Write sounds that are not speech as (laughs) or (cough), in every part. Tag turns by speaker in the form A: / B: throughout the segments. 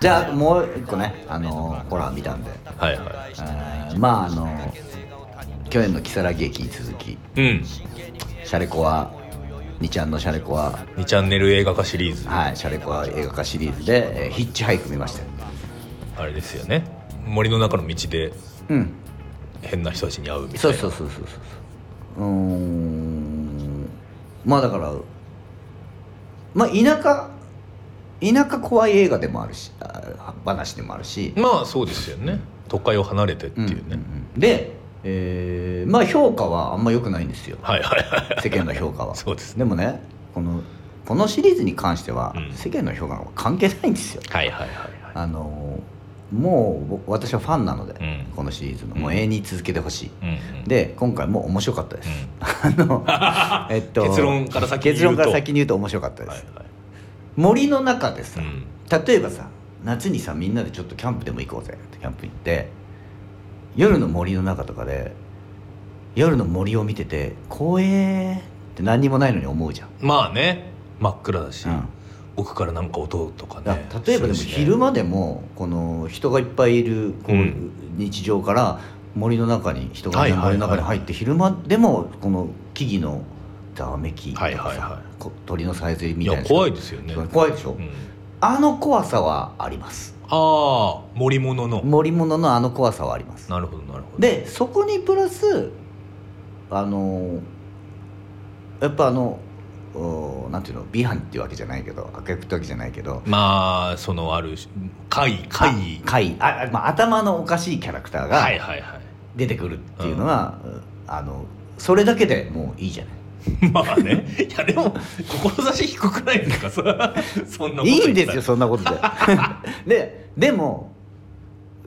A: じゃあもう一個ねあのホラー見たんで、
B: はいは
A: えーまああの去年の如月駅に続き
B: いうん
A: シャレコは2ちゃんのシャレコは
B: 2チャンネル映画化シリーズ
A: はいシャレコは映画化シリーズで、えーヒッチハイク見ましたよ
B: あれですよね森の中の道で
A: うん
B: 変な人たちに会うみたいな
A: そうそうそうそうそうそううーんまあだからまあ田舎田舎怖い映画でもあるしあ話でもあるし、
B: まあそうですよね都会を離れてっていうね、
A: うんで、えーまあ評価はあんま良くないんですよ
B: はいはいは
A: (laughs)
B: い
A: 世間の評価は
B: そうですね
A: でもねこのこのシリーズに関しては、
B: うん
A: 世間の評価は関係ないんですよ
B: はいはいはい
A: あのーもう僕私はファンなので、
B: うん
A: このシリーズの
B: うん
A: もう永遠に続けてほしい、
B: うんうん
A: で今回も面白かったです、 (laughs) あ
B: (laughs)
A: のえっと
B: 結論から先に
A: 結
B: 言うと
A: 論から先に言うと面白かった
B: うん
A: です、
B: はいはい
A: 森の中で
B: う
A: さ、
B: ん
A: 例えばさ夏にさみんなでちょっとキャンプでも行こうぜってキャンプ行って夜の森の中とかで夜の森を見てて「怖え」って何にもないのに思うじゃん、
B: まあね真っ暗だし、
A: うん
B: 奥からなんか音とか
A: だ
B: ね
A: 例えばでも
B: するしね
A: 昼間でもこの人がいっぱいいるこう
B: うん
A: 日常から森の中に人がね
B: はいはいは
A: 森
B: い
A: の中に入って昼間でもこの木々のざわめきとか
B: はいはいは
A: さ
B: い
A: こ鳥のさえずりみ
B: い
A: たいな
B: や怖いですよね、うん、
A: 怖いでしょあの怖さはあります
B: ああ森物の
A: 森物のあの怖さはあります
B: なるほどなるほど
A: でそこにプラスあのやっぱあのおなんていうの美犯っていうわけじゃないけど悪役ってわけじゃないけど
B: まあそのある怪怪
A: 怪異あ、まあ、頭のおかしいキャラクター
B: はい
A: が
B: はいは
A: 出てくるっていうのは、あのそれだけでもういいじゃない
B: い (laughs) まあねいやでも志低くないですかそ (laughs) そんなこと言ったら
A: いいんですよそんな
B: (laughs)
A: ことでででも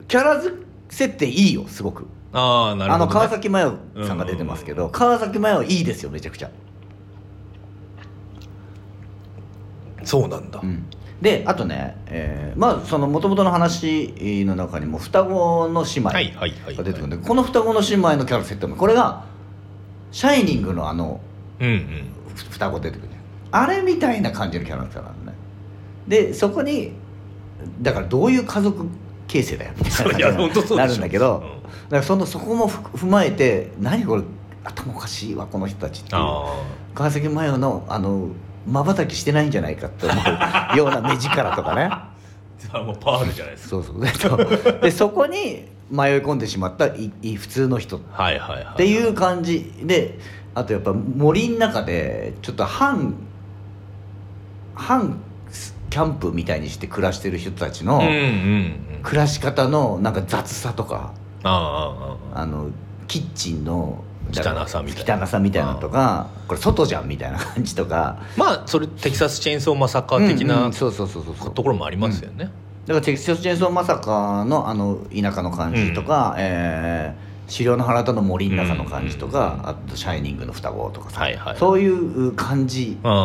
A: キャラ設定いいよすごく
B: ああなる
A: あ
B: ほど、ね、
A: の川崎麻世さんが出てますけど、川崎麻世いいですよめちゃくちゃ、
B: そうなんだ、
A: うんであとね、えーまあその元々の話の中にも双子の姉妹
B: はいはいはい
A: が出てくるんで、この双子の姉妹のキャラ設定もこれが「シャイニング」のあの
B: うんうん
A: ふ双子出てくるじゃんあれみたいな感じのキャラクターなのねでそこにだからどういう家族形成だよみたいな感じ
B: いや本 (laughs) 当そうでしょ
A: になるんだけど、
B: うん
A: だからそのそこもふ踏まえて何これ頭おかしいわこの人たちっていう
B: あ
A: 川崎麻世のあのまばたきしてないんじゃないかって思うような目力とか
B: (laughs)
A: ね
B: あもうパールじゃないですか
A: そうそうでそうでそこに迷い込んでしまったいい普通の人っ
B: はいはいはい
A: ていう感じであとやっぱ森の中でちょっと半半キャンプみたいにして暮らしてる人たちの
B: うんうんうん
A: 暮らし方のなんか雑さとか
B: あああああ
A: あのキッチンの
B: 汚さみたいな
A: 汚さみたいなのとかこれ外じゃんみたいな感じとか
B: あまあそれテキサスチェーンソーマサカー的
A: うんう
B: なん
A: そうそうそうそうそう
B: ところもありますよね、
A: だからテキサスチェーンソーまさかのあの田舎の感じとか、えー狩猟の原田の森の中の感じとか、あと「シャイニング」の双子とかさ、
B: はいはい
A: そういう感じ
B: ああああ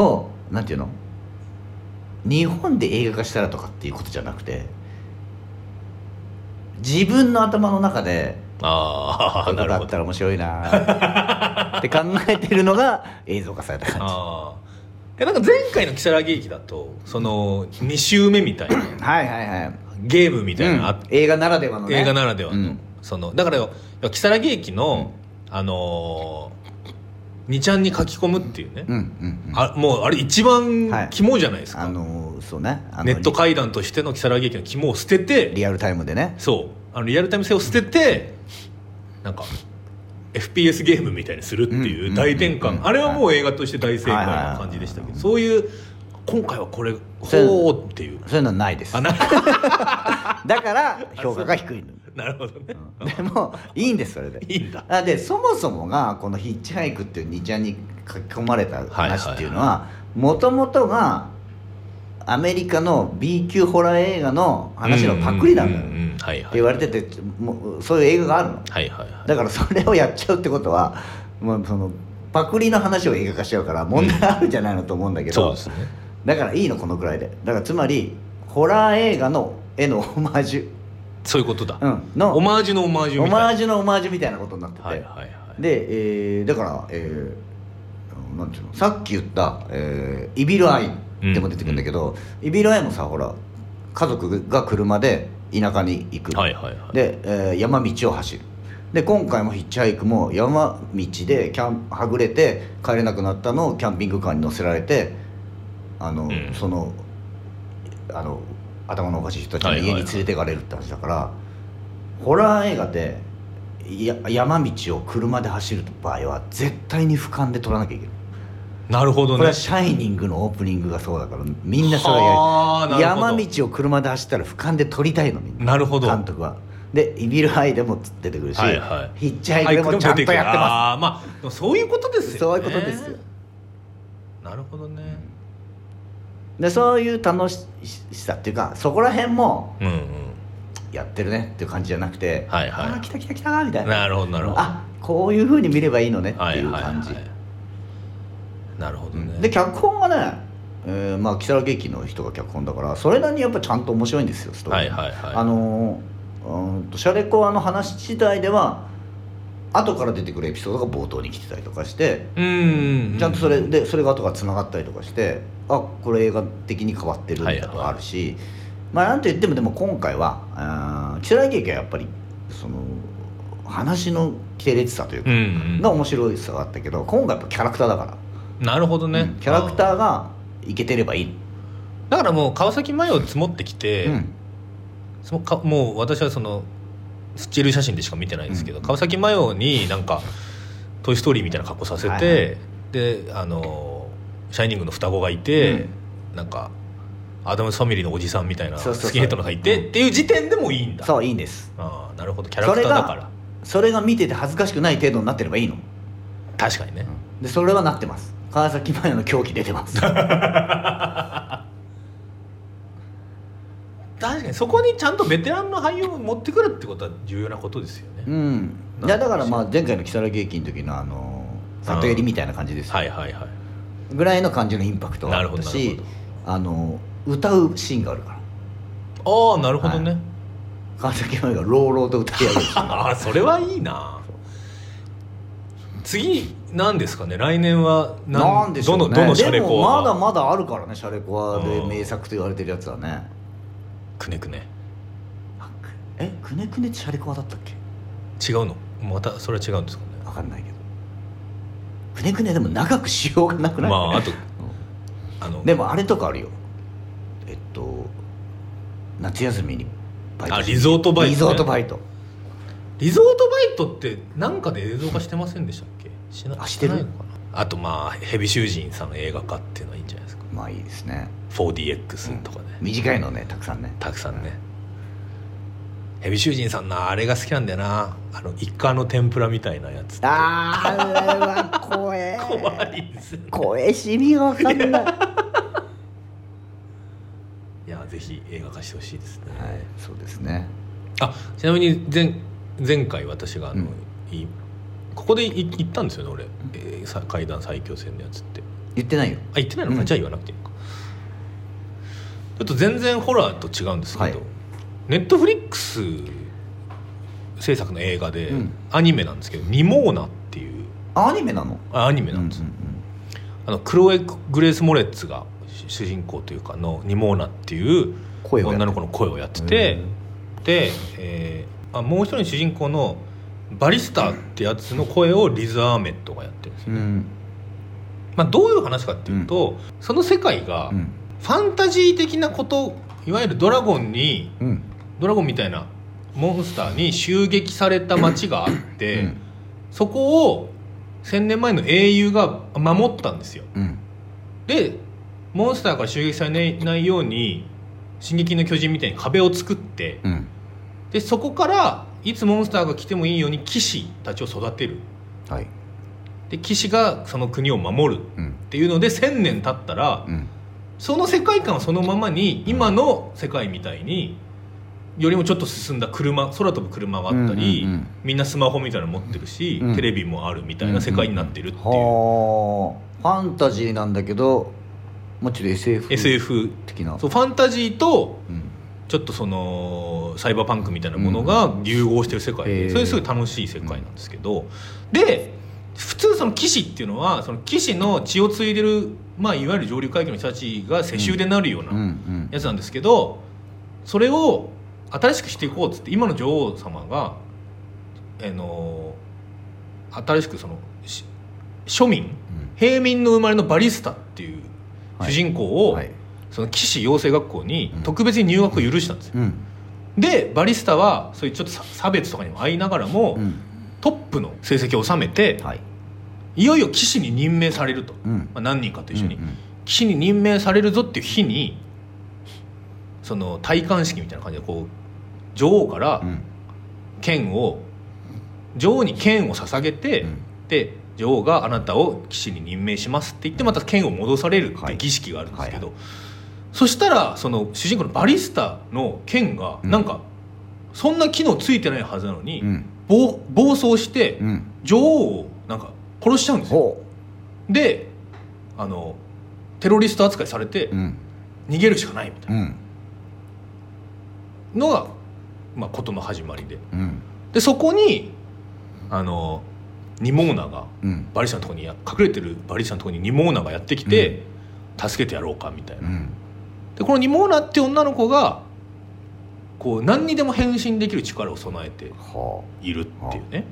A: をなんていうの日本で映画化したらとかっていうことじゃなくて自分の頭の中で
B: あ
A: こう
B: あ
A: いうこと
B: なる
A: だ
B: ほ
A: っ
B: ど
A: たら面白いなって考えてるのが映像化された感
B: ああいやなんか前回の如月駅だとその2周目みたいな (laughs)
A: じはいはいはい、
B: ゲームみたいなのあ
A: うん映画ならではのね
B: 映画ならではの,、
A: うん
B: そのだから要は如月駅の、あのー、2ちゃんに書き込むっていうね、
A: うんうんうん
B: あもうあれ一
A: はい
B: 番肝じゃないですか、
A: あのそうねあの
B: ネット会談としての如月駅の肝を捨てて
A: リアルタイムでね
B: そうあのリアルタイム性を捨ててなんか FPS ゲームみたいにするって
A: うんうんう
B: い
A: んう
B: うん大転換、あれはもう映画として大正解
A: はいはいはい
B: な感じでしたけど、そういう今回はこれ
A: そう
B: ほうっていう
A: そういうのはないです
B: あな
A: (laughs) だから評価が低いの
B: なるほどね、
A: うんでもいいんですそれで
B: いいんだ
A: あでそもそもがこの「ヒッチハイク」っていうニちゃんに書き込まれた話っていうのはもともとがアメリカの B 級ホラー映画の話のパクリなんだよ
B: うう
A: って
B: んうんはいはい
A: 言われててもうそういう映画があるの
B: はいはいはい
A: だからそれをやっちゃうってことはもうそのパクリの話を映画化しちゃうから問題あるんじゃないのと思うんだけど、
B: そうですね
A: だからいいのこのくらいでだからつまりホラー映画の絵のオマージュ、
B: そういうことだ、
A: うん、の
B: オマージュのオマージュ
A: オ
B: みたいな
A: マージュのオマージュみたいなことになってて、
B: はいはいはい
A: で、えーだから、えーなんていうのさっき言った、えーイビル・アイでも出てくるんだけど、イビル・アイもさほら家族が車で田舎に行く、
B: はいはいはい
A: で、えー山道を走るで今回もヒッチハイクも山道でキャンはぐれて帰れなくなったのをキャンピングカーに乗せられてあの、
B: うん
A: そのあの頭のおかしい人たちの
B: はいはい
A: 家
B: はい
A: に連れてかれるって話だから、ホラー映画でや山道を車で走る場合は絶対に俯瞰で撮らなきゃいけない、
B: なるほど
A: これ
B: ね
A: は「シャイニング」のオープニングがそうだからみんなそれをやり
B: はあなるほど
A: 山道を車で走ったら俯瞰で撮りたいのみんな
B: なるほど
A: 監督はでイビル・ハイでも出てくるし、
B: はいは
A: ヒッチハイクでもちゃんとやってま
B: ああーまあでもそういうことですすよね
A: そういうことですよ
B: なるほどね
A: でそういう楽しさっていうかそこら辺も
B: うん
A: やってるねっていう感じじゃなくて、
B: はいはい
A: あー来た来た来たみた
B: う
A: い
B: ん
A: な
B: なるほどなるほど
A: あこういうふうに見ればいいのねって
B: はい
A: いう
B: はい
A: 感じ、
B: はいなるほど
A: うん
B: ね
A: で脚本はね、えーまあ木更津劇の人が脚本だからそれなりにやっぱちゃんと面白いんですよストーリー、
B: はいはいはい
A: あのーうーんとシャレコアの話自体では後から出てくるエピソードが冒頭に来てたりとかして
B: うんうんうん
A: ちゃんとそれでそれが後がつながったりとかしてあこれ映画的に変わってるみたいなのがあるし、まあなんと言ってもでも今回はあー木更津劇はやっぱりその話の系列さという
B: う
A: か、
B: ん
A: が面白いさがあったけど今回やっぱキャラクターだから、
B: うんなるほど
A: う
B: ね
A: んキャラク
B: あ
A: ターがいけてればいい、
B: ーだからもう川崎麻世を積もってきて
A: うん
B: そのかもう私はそのスチール写真でしか見てないんですけど、
A: うん
B: 川崎麻世になんか「トイ・ストーリー」みたいな格好させて、
A: はいは
B: であの「シャイニング」の双子がいて、なんかアダムス・ファミリーのおじさんみたいな
A: そうそうそう
B: スキンヘッドのがいてっていう時点でもいいんだ
A: そういいんです
B: ああなるほどキャラクターだから
A: それが見てて恥ずかしくない程度になってればいいの、
B: 確かにね、
A: でそれはなってます川崎麻世の狂気出てます
B: (laughs) 確かにそこにちゃんとベテランの俳優を持ってくるってことは重要なことですよね、
A: うんいやだからまあ前回の木更津劇の時のあの里襟みたいな感じですよ、
B: はいはいはい
A: ぐらいの感じのインパクトが
B: な
A: あ
B: る
A: っ
B: ほ
A: た
B: どなる
A: しあの歌うシーンがあるから
B: ほどああなるほどね、
A: は川崎麻世が朗々と歌い上げるシ
B: (laughs)
A: ーン
B: ああそれはいいな次何ですかね来年は何
A: なんでしょうね
B: どのどのシャレ
A: でも
B: コ
A: ま
B: ア
A: だ
B: が
A: まだあるからねシャレコア
B: う
A: で
B: ん
A: 名作と言われてるやつはね
B: くねくね
A: あくえくねくねってシャレコアだったっけ
B: 違うのまたそれは違うんですかね
A: 分かんないけどくねくねでも長くしようがなくない、
B: まああと
A: う
B: あの
A: んでもあれとかあるよえっと夏休みにバイト
B: あリゾートバイ
A: リ
B: トね
A: ゾートバイト
B: リゾートバイトって何かで映像化してませんでしたっけしな
A: あしてる
B: ないのかなあとまあヘビ囚人さんの映画化っていうのはいいんじゃないですか
A: まあいいですね
B: 4DX とかね、
A: 短いのねたくさんね
B: たくさんねヘビ囚人さんのあれが好きなんだよなあのイカの天ぷらみたいなやつ
A: あーあれは怖え
B: 怖いですね
A: 怖えしみがわかんない、はい
B: やぜひ映画化してほしいですね、
A: い、そうですね
B: あちなみに前前回私があの、いここでい行ったんですよね俺、えーさ階段最強戦のやつって
A: 言ってないよ
B: あ行ってないのか、
A: うん
B: じゃあ言わなくていいのかちょっと全然ホラーと違うんですけど
A: はい
B: ネットフリックス制作の映画で、
A: うん
B: アニメなんですけど「ニモーナ」っていう
A: アニメなの
B: あアニメなんです、
A: うん
B: あのクロエ・グレース・モレッツが主人公というかのニモーナっていう
A: 声をやってる
B: 女の子の声をやっててで、えーあもう一人の主人公のバリスタってやつの声をリズ・アーメットがやってるんですよ、
A: うんうん
B: まあ、どういう話かっていうと、その世界が
A: うん
B: ファンタジー的なこといわゆるドラゴンに
A: うんうん
B: ドラゴンみたいなモンスターに襲撃された街があって、
A: うん
B: そこを1,000年前の英雄が守ったんですよ。
A: うん
B: でモンスターから襲撃されないように「進撃の巨人」みたいに壁を作って
A: うん
B: でそこからいつモンスターが来てもいいように騎士たちを育てる
A: はい
B: で騎士がその国を守るっ
A: うん
B: ていうので1,000年経ったら
A: うん
B: その世界観はそのままに今の世界みたいによりもちょっと進んだ車空飛ぶ車があったり、
A: うんうんうん
B: みんなスマホみたいなの持ってるし、
A: うん
B: テレビもあるみたいな世界になってるっていう、
A: はあファンタジーなんだけどもうちょっと SF
B: SF
A: 的な
B: そうファンタジーと
A: うん
B: ちょっとそのサイバーパンクみたいなものが融合してる世界で、
A: へー
B: それすごい楽しい世界なんですけど、で普通その騎士っていうのはその騎士の血を継いでる、まあ、いわゆる上流階級の人たちが世襲でなるよう
A: うんう
B: なんやつなんですけど、それを新しくしていこうっつって今の女王様が、あの新しくそのし庶民平民の生まれのバリスタっていう主人公を、
A: はい
B: その騎士養成学校に
A: うん
B: 特別に入学を許したんですよ、
A: うん
B: でバリスタはそういうちょっとさ差別とかにも遭いながらも、
A: うん
B: トップの成績を収めて、
A: はい
B: い、よいよ騎士に任命されると、
A: うん
B: まあ、何人かと一緒に、
A: うんうん
B: 騎士に任命されるぞっていう日にその戴冠式みたいな感じでこう女王から
A: うん
B: 剣を女王に剣を捧げて、
A: うん
B: で女王があなたを騎士に任命しますって言ってまた剣を戻されるっ
A: は
B: て
A: い
B: 儀式があるんですけど、そしたらその主人公のバリスタの剣が
A: うん
B: なんかそんな機能ついてないはずなのに、
A: うん
B: 暴暴走して
A: うん
B: 女王をなんか殺しちゃうんですよ。
A: ほ
B: であのテロリスト扱いされて
A: ううん
B: 逃げるしかないみたい
A: うん
B: なのが、まあ、ことの始まりで
A: うん
B: でそこにあのニモーナが
A: うん
B: バリシャのとこにや隠れてるバリシャのとこにニモーナがやってきて、助けてやろうかみたいな、
A: うん
B: でこのニモーナって女の子がこう何にでも変身できる力を備えて
A: はい
B: るっていうね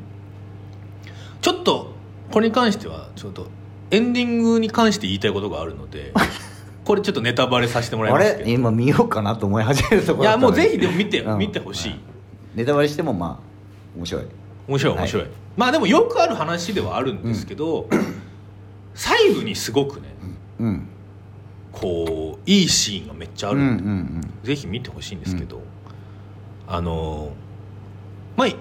B: ちょっとこれに関してはちょっとエンディングに関して言いたいことがある
A: (laughs)
B: のでこれちょっとネタバレさせてもらい
A: ああ
B: ますけ
A: れ
B: ど
A: 今見ようかなと思い始めるところ
B: い
A: だ
B: や
A: った
B: も
A: の
B: う
A: に
B: ぜひでも見て、
A: うん
B: 見てほしい、
A: はネタバレしてもまあ面白い
B: 面白い
A: はい
B: 面白い、まあでもよくある話ではあるんですけど、細部にすごくね
A: うん
B: こういいシーンがめっちゃあ
A: う
B: る、
A: んうん
B: ぜひ見てほしいんですけど、あのまあい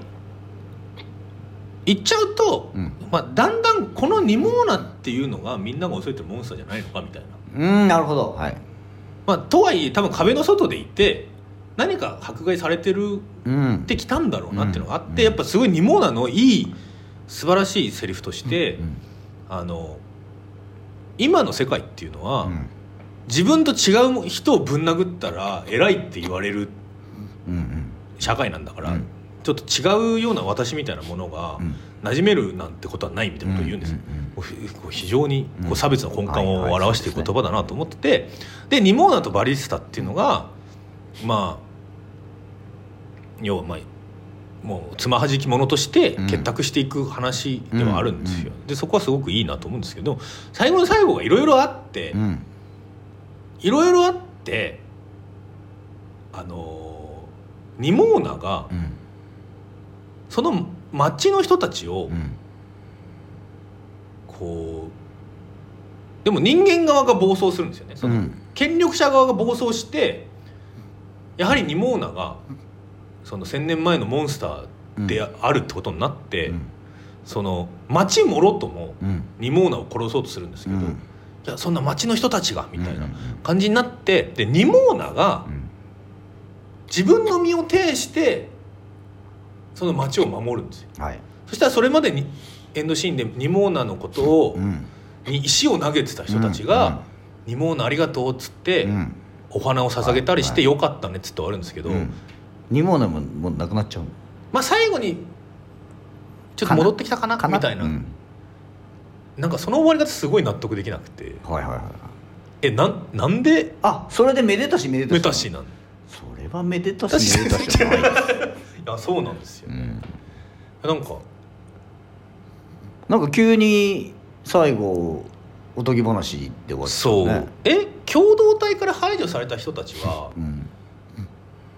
B: 言っちゃうと、
A: うん
B: まあ、だんだんこのニモーナっていうのがみんなが恐れてるモンスターじゃないのかみたいな、
A: うんうんなるほどはい
B: まあ、とはいえ多分壁の外でいて何か迫害されてる
A: うん
B: ってきたんだろうなっていうのがあって、
A: うんうん
B: やっぱすごいニモーナのいい素晴らしいセリフとして、
A: うん
B: あの今の世界っていうのは、
A: うん
B: 自分と違う人をぶん殴ったら偉いって言われる
A: うんうん
B: 社会なんだから、
A: うん
B: ちょっと違うような私みたいなものが
A: うん
B: 馴染めるなんてことはないみたいなことを言うんですよ、
A: うんうんうん
B: こうふこう非常にこ
A: う
B: うん差別の根幹を
A: はいはい
B: 表してい
A: そう
B: る
A: です
B: 言
A: ね
B: 葉だなと思っててでニモーナとバリスタっていうのがまあ要はまあもうつまはじき者として
A: うん
B: 結託していく話ではあるんですよ、
A: う
B: でそこはすごくいいなと思うんですけど最後の最後がいろいろあって、
A: うん
B: いろいろあってあのーニモーナが
A: うん
B: その町の人たちを
A: うん
B: こうでも人間側が暴走するんですよねその
A: うん
B: 権力者側が暴走してやはりニモーナがその1,000年前のモンスターであるってことになって、
A: うん
B: その町もろとも
A: うん
B: ニモーナを殺そうとするんですけど、いやそんな町の人たちがみたいな
A: うん
B: 感じになってでニモーナが、
A: うん
B: 自分の身を挺してその町を守るんですよ
A: はい
B: そしたらそれまでにエンドシーンでニモーナのことを、
A: うん
B: に石を投げてた人たちが「ニモーナありがとう」っつって、
A: うんうん
B: お花を捧げたりして「
A: はい
B: よかったね」っつって終わるんですけど、
A: うんニモーナももうなくなっちゃう
B: まあ最後にちょっと
A: かな
B: 戻ってきたかな
A: か
B: みたいな、
A: うん
B: なんかその終わり方すごい納得できなくて
A: はいはいはい
B: えなんなんで
A: あそれでめでたしめでたし
B: メタシーなんい
A: それはめでたしめでたしじゃないです
B: やそうなんですよ、
A: うん
B: なんか
A: なんか急に最後おとぎ話で終わっちゃ
B: そう、
A: ね
B: え共同体から排除された人たちは
A: うん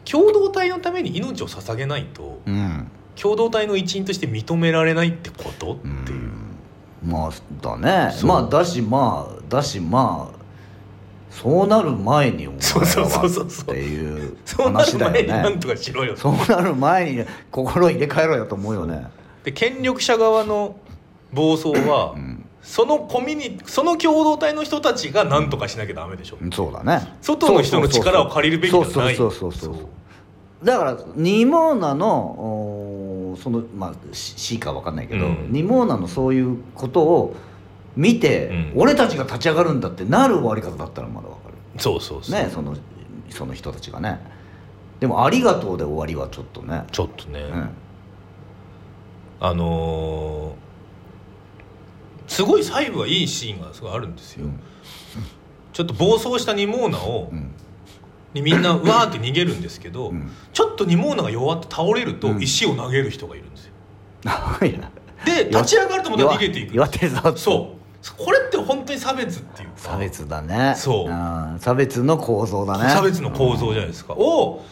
B: 共同体のために命を捧げないと
A: うん
B: 共同体の一員として認められないってことっ
A: うん
B: ていう、
A: まあだね
B: そう
A: まあだしまあだしまあそうなる前にお前
B: そうそうそうそう
A: はっていう
B: そうな
A: 話
B: る
A: だよ
B: 前に何
A: ね
B: とかしろよ、
A: そうなる前に心入れ替えろよと思うよね
B: で権力者側の暴走は、
A: うん
B: そのコミュニその共同体の人たちが何とかしなきゃダメでしょ、
A: そうだね
B: 外の人の力を借りるべきではない
A: そうそうそうそうそうそうだからニモーナのおーそのまあし C か分かんないけど、
B: うん
A: ニモーナのそういうことを見て、
B: うん
A: 俺たちが立ち上がるんだってなる終わり方だったらまだ分かる
B: そうそうそう
A: ねそのその人たちがねでも「ありがとう」で終わりはちょっとね
B: ちょっとね、
A: うん
B: あのーすごい細部がいいシーンがすごいあるんですよ、ちょっと暴走したニモーナを
A: うん
B: にみんなうわーって逃げるんですけど、
A: うん
B: ちょっとニモーナが弱って倒れる
A: う
B: と
A: ん
B: 石を投げる人がいるんですよ
A: 長 (laughs) いな
B: で
A: 弱
B: 立ち上がるとまた逃げていく
A: 弱ってるぞって
B: そうこれって本当に差別っていうか
A: 差別だね
B: そうん
A: 差別の構造だね
B: 差別の構造じゃないですか、を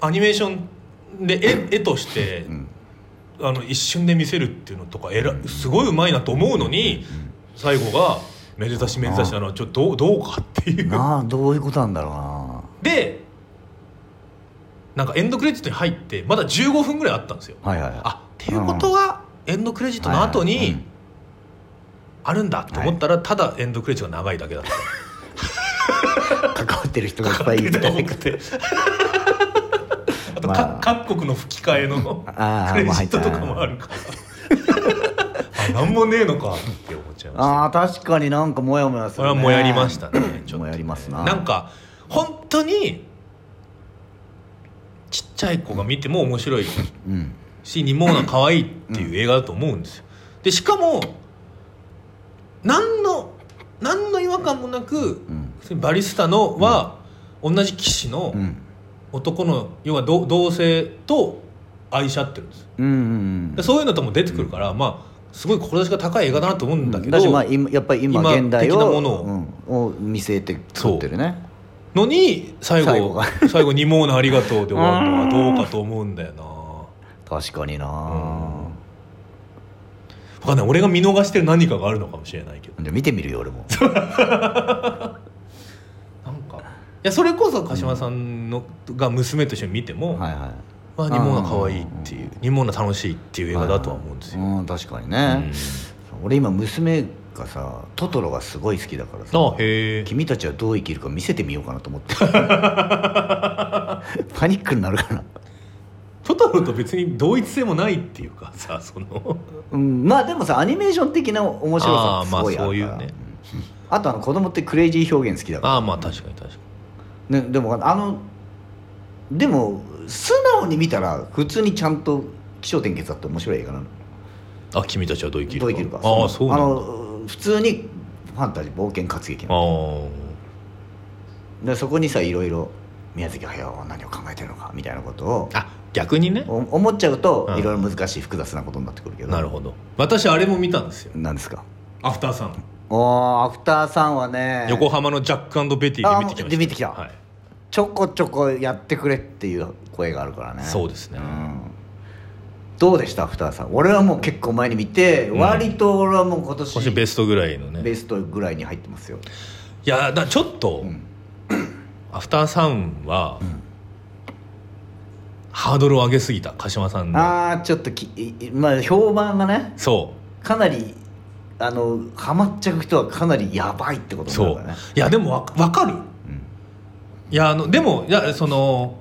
B: アニメーションで絵絵として、
A: ん
B: あの一瞬で見せるっていうのとかえらすごいうまいなと思うのに、最後が「めでたしめでたし」なのはちょっとどうどうかっていう
A: なあどういうことなんだろうな
B: でなんかエンドクレジットに入ってまだ15分ぐらいあったんですよ
A: はいはいはい
B: あっていうことはエンドクレジットの後
A: はいはいうん
B: にあるんだと思ったらただエンドクレジットが長いだけだった
A: 関わってる人がいっぱいい
B: と
A: て
B: 思ってあと、
A: まあ
B: か各国の吹き替えの
A: (laughs) あー
B: クレジットとかもあるからあなんもねえのかって思っちゃいまし
A: あー確かになんかモヤモヤ
B: た
A: す
B: そ
A: る、
B: れ
A: ね、
B: はもやりましたねちょっとね
A: もやりますな
B: なんか本当にちっちゃい子が見ても面白い
A: うん
B: しニモーナ可愛いっていう映画だと思うんですよでしかも何の何の違和感もなく
A: うん
B: バリスタのは同じ騎士の、
A: うん
B: 男の要は同同性と愛し合ってるんです
A: うんうん
B: でそういうのとも出てくるから、まあすごい志が高い映画だなと思うんだけど、
A: しまあ今やっぱり今
B: 今
A: 現代を
B: 的なものを
A: うんを見据えて作ってるね
B: のに最後
A: 最
B: (laughs) 最
A: 後
B: 後
A: が
B: に「もうなありがとう」で終わるのはどうかと思うんだよな
A: 確かにな
B: 分かんない俺が見逃してる何かがあるのかもしれないけど
A: じゃあ見てみるよ俺も
B: なんかいやそれこそ鹿島さんのが娘と一緒に見ても「
A: はいはい
B: まあ、ニモーナ可愛いっていう「ニモーナ楽しい」っていう映画だとは思うんですよ、
A: うん確かにね、俺今娘がさトトロがすごい好きだからさ
B: あへえ
A: 君たちはどう生きるか見せてみようかなと思って (laughs) パニックになるかな
B: トトロと別に同一性もないっていうかさその
A: うん、まあでもさアニメーション的な面白さ
B: あ
A: っ
B: ー
A: てす
B: まあ
A: ごいあ
B: そうい
A: る
B: う
A: から、
B: ね
A: あとあの子供ってクレイジー表現好きだか、
B: (laughs) ああまあ確かに確から
A: ね、でもあのでも素直に見たら普通にちゃんと気象転結だって面白い映画なの
B: にあ君たちはどう生きる
A: どう生きるか
B: ああそうなんだあ
A: の普通にファンタジー冒険活劇なの
B: ー
A: でそこにさいろいろ宮崎駿は何を考えてるのかみたいなことを
B: あ逆にね
A: お思っちゃうと
B: うん
A: いろいろ難しい複雑なことになってくるけど
B: なるほど私あれも見たんですよ
A: なんですか
B: アフターさん、
A: おーアフターさんはね
B: 横浜のジャックベティで
A: あ
B: 見てきまし
A: ー
B: た
A: で見てきた
B: はい、
A: ちょこちょこやってくれっていう声があるからね
B: そうですね
A: んどうでしたアフターさん俺はもう結構前に見て、
B: うん
A: 割と俺はもう今年
B: 今年ベストぐらいのね
A: ベストぐらいに入ってますよ、
B: いやだちょっと、
A: うん
B: アフターさんは、ハードルを上げすぎた鹿島さんの
A: ああちょっときいいまあ評判がね
B: そ
A: かなりあのハマっちゃう人はかなりやばいってこ
B: う
A: とに
B: そ
A: なる
B: う
A: からね
B: いやでもわわかるいやあのでもいやその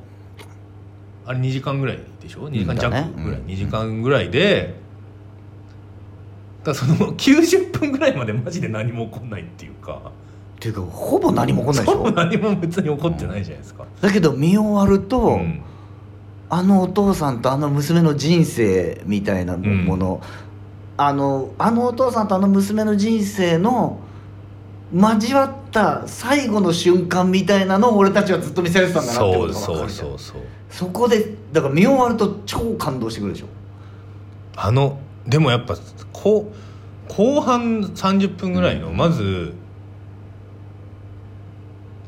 B: あれ2時間ぐらいでしょ2時間弱
A: だねうん
B: ぐらい、2時間ぐらいでだからその90分ぐらいまでマジで何も起こんないっていうか
A: っていうかほぼ何も起こんないでし
B: そう
A: ょ
B: 何も別に起こってないじゃないですか、
A: だけど見終わると、
B: うん
A: あのお父さんとあの娘の人生みたいなもの、あのあのお父さんとあの娘の人生の交わった最後の瞬間みたいなのを俺たちはずっと見せられてたんだなってこ
B: そ
A: と
B: う
A: が分か
B: そう
A: るじゃん
B: そうそう
A: そこでだから見終わると超感動してくるでしょ
B: あのでもやっぱこう後半30分ぐらいの、まず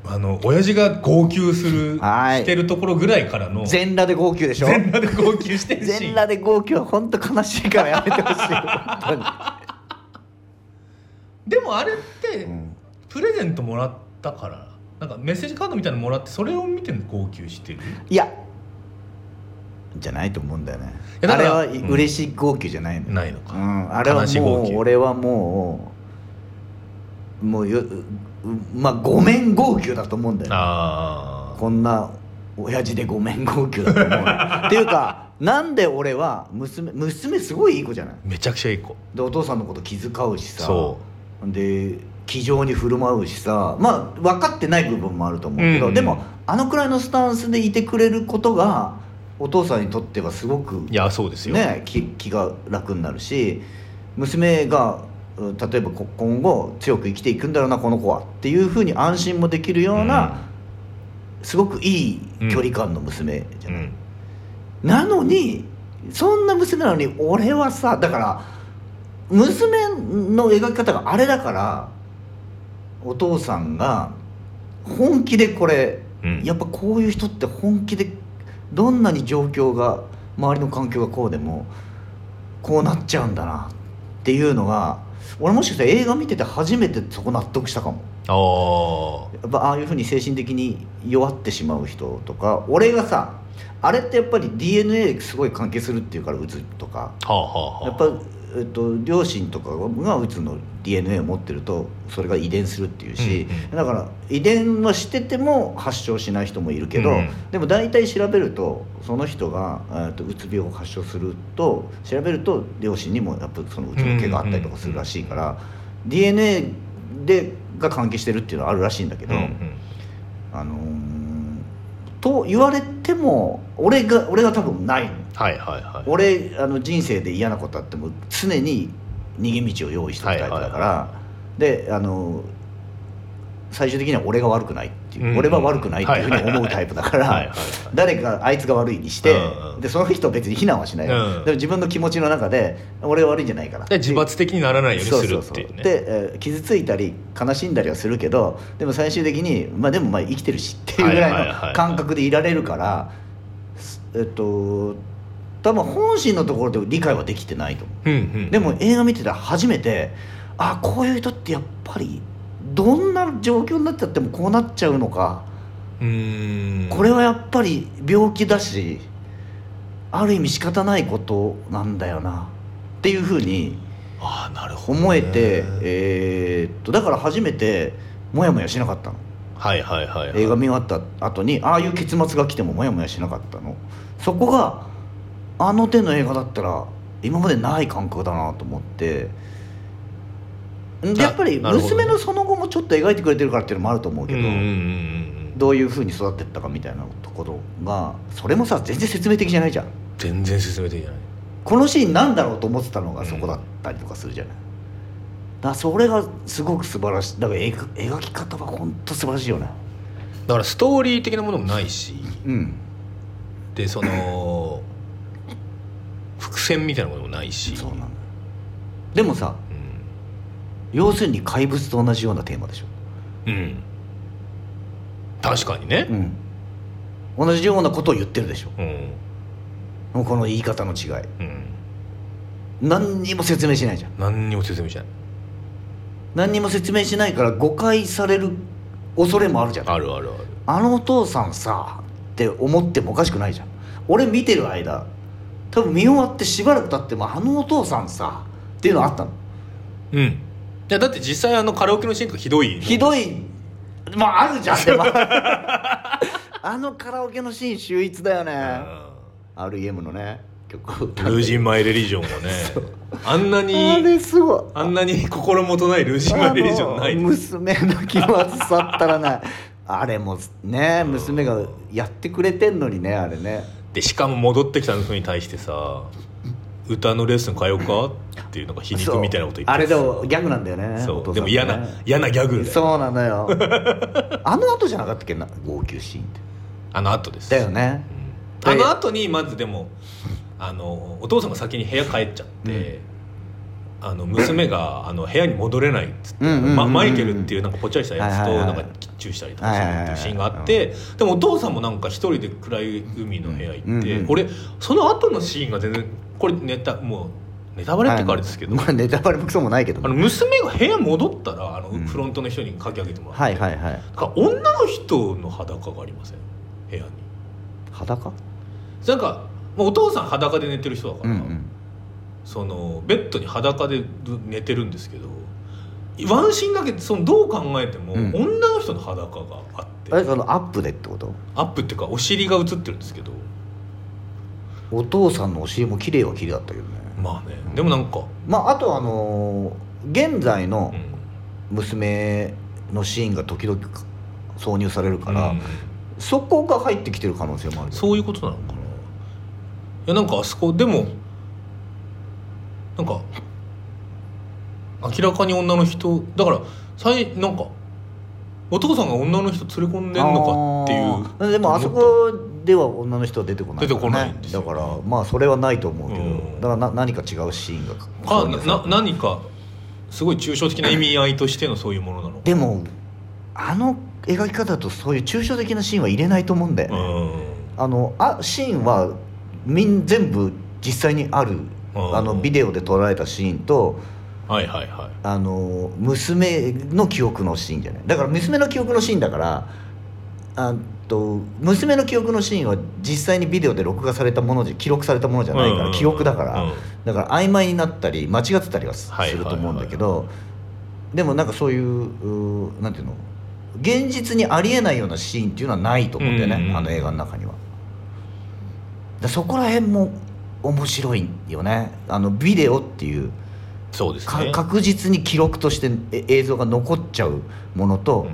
B: あの親父が号泣する
A: はい
B: してるところぐらいからの
A: 全裸で号泣でしょ
B: 全裸で号泣してるし
A: 全裸で号泣は本当悲しいからやめてほ
B: (laughs)
A: しい本
B: でもあれって、
A: 当に、うん
B: プレゼントもらったからなんかメッセージカードみたいなのもらってそれを見て号泣してる
A: いやじゃないと思うんだよね
B: いや
A: あ
B: だか
A: れ
B: ら
A: は
B: うん
A: 嬉しい号泣じゃないのよ
B: ないの
A: う
B: か、
A: ん、あれは
B: 悲しい号
A: もう
B: 泣
A: 俺はもうもうようまあごめん号泣だと思うんだよ
B: ああ
A: こんな親父でごめん号泣だと思う
B: (laughs)
A: よっていうかなんで俺は娘娘すごいいい子じゃない
B: めちゃくちゃいい子
A: でお父さんのこと気遣うしさ
B: そ
A: で気丈に振る舞うしさまあ分かってない部分もあると思うけど、
B: うん
A: でもあのくらいのスタンスでいてくれることがお父さんにとってはすごく
B: ういやそうですよ、
A: ね、気気が楽になるし娘がう例えばこ今後強く生きていくんだろうなこの子はっていうふうに安心もできるような、すごくいい距離感の娘じゃ
B: う
A: ない、
B: ん
A: なのにそんな娘なのに俺はさだから娘の描き方があれだからお父さんが本気でこれ、
B: うん
A: やっぱこういう人って本気でどんなに状況が周りの環境がこうでもこうなっちゃうんだなっていうのが俺もしかしたら映画見てて初めてそこ納得したかも。
B: ああ
A: やっぱああいうふうに精神的に弱ってしまう人とか俺がさあれってやっぱり DNA すごい関係するっていうからうつとか
B: はあはあはあ
A: やっぱ、えっと、両親とかがうつの DNA を持ってるとそれが遺伝するっていうし、
B: うんう
A: だ
B: ん
A: から遺伝はしてても発症しない人もいるけど、
B: うん
A: でも大体調べるとその人が、えっと、うつ病を発症すると調べると両親にもやっぱそのうつの毛があったりとかするらしいから、DNA でが関係してるっていうのはあるらしいんだけど。
B: うんうん
A: あのーと言われても俺が俺は多分ないの
B: はいはいはい
A: 俺あの人生で嫌なことあっても常に逃げ道を用意してるタイプだから、であのー最終的には俺が悪くないっていう、
B: うんうん
A: 俺は悪くないっていうふう
B: はい
A: に
B: はいはい
A: 思うタイプだから、
B: はいはいはい
A: 誰かあいつが悪いにして、
B: うんうん
A: でその人は別に非難はしないよ、
B: うん
A: でも自分の気持ちの中で俺は悪いんじゃないから
B: で自罰的にならないように
A: そう
B: す
A: そう
B: るっ
A: そう
B: ていうね
A: で、えー傷ついたり悲しんだりはするけどでも最終的にまあでもまあ生きてるしっていうぐ
B: はいはい
A: ら
B: は
A: い
B: いは
A: の
B: い
A: 感覚でいられるからすえっと多分本心のところで理解はできてないと思
B: うんう
A: うんでも映画見てたら初めてあこういう人ってやっぱりどんな状況になっちゃってもこうなっちゃうのか
B: うーん
A: これはやっぱり病気だしある意味仕方ないことなんだよなっていうふうに
B: ああなるほどね
A: 思えて、えーっとだから初めてモヤモヤしなかったの
B: はいはいはいはい
A: 映画見終わった後にああいう結末が来てもモヤモヤしなかったのそこがあの手の映画だったら今までない感覚だなと思ってんで
B: あ
A: やっぱり
B: なるほどね
A: 娘のその後もちょっと描いてくれてるからっていうのもあると思うけど、
B: うんうんうんうんうん
A: どういうふうに育ってったかみたいなところがそれもさ全然説明的じゃないじゃん
B: 全然進めていけない
A: このシーンなんだろうと思ってたのがそこだったりとかするじゃない、だからそれがすごく素晴らしいだから描描き方は本当素晴らしいよね
B: だからストーリー的なものもないし
A: うん
B: でそ
A: (laughs)
B: の伏線みたいなものもないし
A: そうなんだよでもさ要するに怪物と同じようなテーマでしょ、
B: うん、うん、確かにね
A: ん、同じようなことを言ってるでしょ
B: うん
A: もうこの言い方の違い
B: うん
A: 何にも説明しないじゃん
B: 何にも説明しない
A: 何にも説明しないから誤解される恐れもあるじゃん
B: あるあるある
A: あのお父さんさって思ってもおかしくないじゃん俺見てる間多分見終わってしばらく経ってもあのお父さんさっていうのあったの
B: うんいやだって実際あのカラオケのシーンとかひどい
A: ひどいまああるじゃんで
B: (laughs)
A: もあのカラオケのシーン秀逸だよ
B: うん
A: ね REM のね曲を
B: 「ル
A: 歌って
B: ージン・マイ・レリジョン」もねあんな
A: あ
B: に
A: れすごい
B: あんなに (laughs) 心もとないルージン・マイ・レリジョンな
A: あ
B: い
A: の娘の気まずさったらないあれもね娘がやってくれてんのにねあれね
B: でしかも戻ってきたのに対してさ「歌のレッスン通うか?」っていうのが皮肉みたいなこと言って
A: あれでもギャグなんだよね
B: そ
A: お
B: う
A: 父さん
B: でも嫌な、
A: ね
B: 嫌なギャグだよ
A: そうなの
B: (laughs)
A: よあの後じゃなかったっけな号泣シーンって
B: あの後です
A: だよね
B: うんあの後にまずでもあのお父さんが先に部屋帰っちゃって、あの娘があの部屋に戻れないっつって、
A: うんうんうんうん
B: まマイケルっていうなんかぽっちゃりしたやつ
A: はい
B: と
A: はい
B: な
A: は
B: ん
A: い
B: かキッチューしたりとかするっていうシーンがあって、
A: は
B: でもお父さんもなんか一人で暗い海の部屋行って、
A: うんうんうん
B: 俺その後のシーンが全然これネタもうネタバレっていうかあれですけど、
A: まあネタバレもクソもないけど
B: あの娘が部屋戻ったらあの
A: うん
B: フロントの人にかき上げてもらっ
A: は
B: て、
A: いはいはい
B: だから女の人の裸がありません部屋に
A: 裸
B: なんかもうお父さん裸で寝てる人だか
A: うん
B: ら、
A: うん
B: そのベッドに裸で寝てるんですけどワンシーンだけそのどう考えても、
A: うん
B: 女の人の裸があって
A: えそのアップでってこと
B: アップっていうかお尻が映ってるんですけど
A: お父さんのお尻も綺麗は綺麗だったけどね
B: まあねでもなんか、
A: まああとあのー現在の
B: うん
A: 娘のシーンが時々挿入されるから、
B: うん
A: そこが入ってきてる可能性もある
B: そういうことなのかないやなんかあそこでもなんか明らかに女の人だからさいなんかお父さんが女の人連れ込んでんのかって
A: あー
B: いう
A: でもあそこでは女の人は出てこないからね、
B: 出てこないんですよ
A: だからまあそれはないと思うけど、
B: うん
A: だからな何か違うシーンが
B: か
A: そうです
B: なな何かすごい抽象的な意味合いとしてのそういうものなの
A: でもあの描き方だとそういう抽象的なシーンは入れないと思うんだよね、あのあシーンはみん全部実際にある、
B: うん
A: あのビデオで撮られたシーンと
B: うんはいはいはい
A: あの娘の記憶のシーンじゃないだから娘の記憶のシーンだからあと娘の記憶のシーンは実際にビデオで録画されたものじゃ記録されたものじゃないから、
B: うん
A: 記憶だから、
B: うん
A: だから曖昧になったり間違ってたりはす
B: はい
A: すると思うんだけどでもなんかそういううーなんていうの現実にありえないようなシーンっていうのはないと思うんだよね、
B: うんうん
A: あの映画の中には。だそこら辺も面白いよねあのビデオっていう
B: そうです
A: か
B: ね
A: 確実に記録としてえ映像が残っちゃうものと、
B: う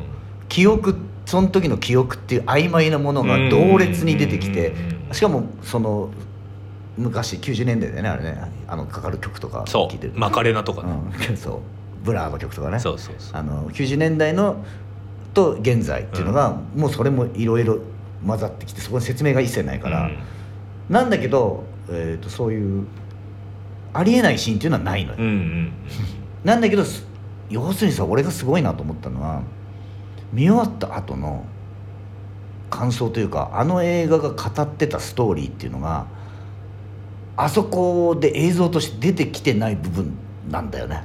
A: 記憶その時の記憶っていう曖昧なものが同列に出てきて
B: うんうんうんうん
A: しかもその昔90年代だよねあれねあのかかる曲とか
B: んそ
A: 聴いてる
B: うマカレナとかね
A: うん、 (laughs) そうブラーの曲とかね
B: そうそうそう
A: あの90年代のと現在っていうのが、もうそれもいろいろ混ざってきてそこに説明が一切ないから、
B: うん
A: なんだけど、えー、とそういうありえないシーンっていうのはないのよ。
B: うんうん
A: なんだけどす要するにさ俺がすごいなと思ったのは見終わった後の感想というかあの映画が語ってたストーリーっていうのがあそこで映像として出てきてない部分なんだよね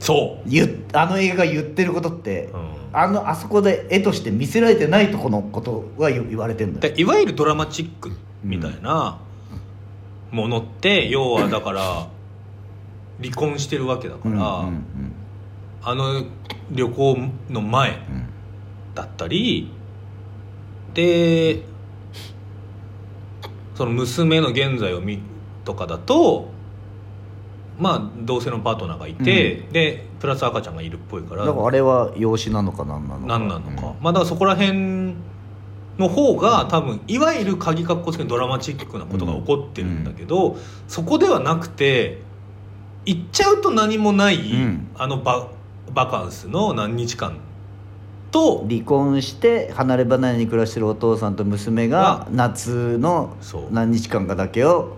B: そ
A: 言っあの映画が言ってることって
B: う、うん
A: あのあそこで絵として見せられてないとこのことは言言われてるんだよ
B: でいわゆるドラマチックみたいなものって、要はだから離婚してるわけだから、
A: うんうん
B: あの旅行の前
A: うんうん
B: だったりでその娘の現在を見とかだとまあ同性のパートナーがいて、でプラス赤ちゃんがいるっぽいから
A: だからあれは養子なのか何なのか
B: 何なのか、
A: うん
B: まあだからそこら辺の方が多分いわゆる鍵格好つけのドラマチックなことが起こってるんだけど、そこではなくて行っちゃうと何もない、
A: うん
B: あのババカンスの何日間と
A: 離婚して離れ離れに暮らしてるお父さんと娘が
B: が
A: 夏の
B: そう
A: 何日間かだけを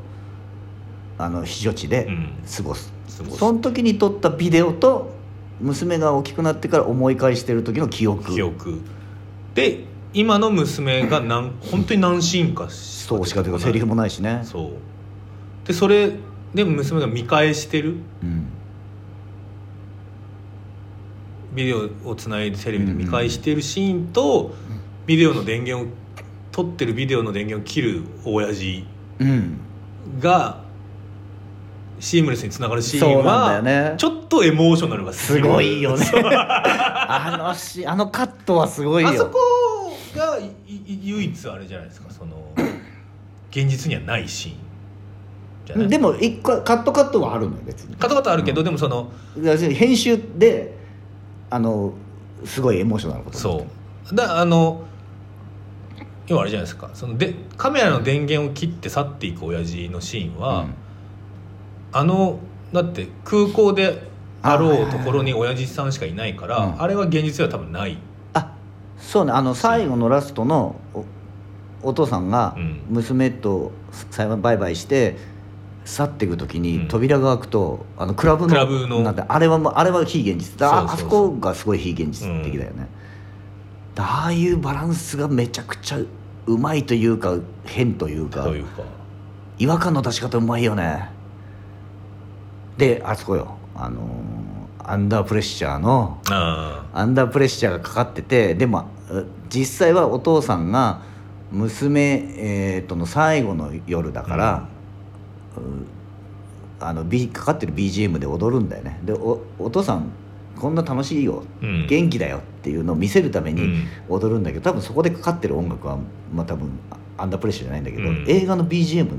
A: あの避暑地で
B: うん
A: 過ごす、
B: 過ごす
A: その時に撮ったビデオと娘が大きくなってから思い返してる時の記憶
B: 記憶で今の娘
A: (laughs)
B: がなん本当に何シーンかし
A: そうしかというかセリフもないしね
B: そうでそれで娘が見返してる
A: うん
B: ビデオをつないでテレビで見返しているシーンと、ビデオの電源を撮ってるビデオの電源を切る親父
A: うん
B: がシームレスにつながるシー
A: そ
B: ン
A: うな
B: は、
A: んだよね
B: ちょっとエモーショナルが
A: すごいよね (laughs) あのしあのカットはすごいよ
B: あそこがいい唯一あれじゃないですかその現実にはないシーンじゃない
A: でも一個カットカットはあるのよ別に
B: カタカタあるけど、でもその
A: 要するに編集であのすごいエモーショナルなことになってる
B: そうだあの要はあれじゃないですかそのでカメラの電源を切って去っていく親父のシーンは、
A: うん
B: あのだって空港であ
A: あはい
B: ろ
A: は
B: う
A: い
B: ところに親父さんしかいないから、
A: うん
B: あれは現実では多分ない、
A: あそうねあの最後のラストのおお父さんが
B: うん
A: 娘と最後バイバイして去っていく時
B: う
A: に
B: ん
A: 扉が開くと、あのクラブの
B: クラブの
A: なんてあれはもうあれは非現実だ
B: そうそうそう
A: ああそこがすごい非現実的だよね、だああいうバランスがめちゃくちゃうまいというか変というか
B: というか
A: 違和感の出し方うまいよねであそこよあのーアンダープレッシャーの
B: あ
A: アンダープレッシャーがかかっててでもう実際はお父さんが娘、えーとの最後の夜だから、うんあの B かかってる BGM で踊るんだよねでおお父さんこんな楽しいよ、
B: うん
A: 元気だよっていうのを見せるため
B: う
A: に
B: ん
A: 踊るんだけど多分そこでかかってる音楽は、まあ、多分アンダープレッシャーじゃないんだけど、
B: うん
A: 映画の BGM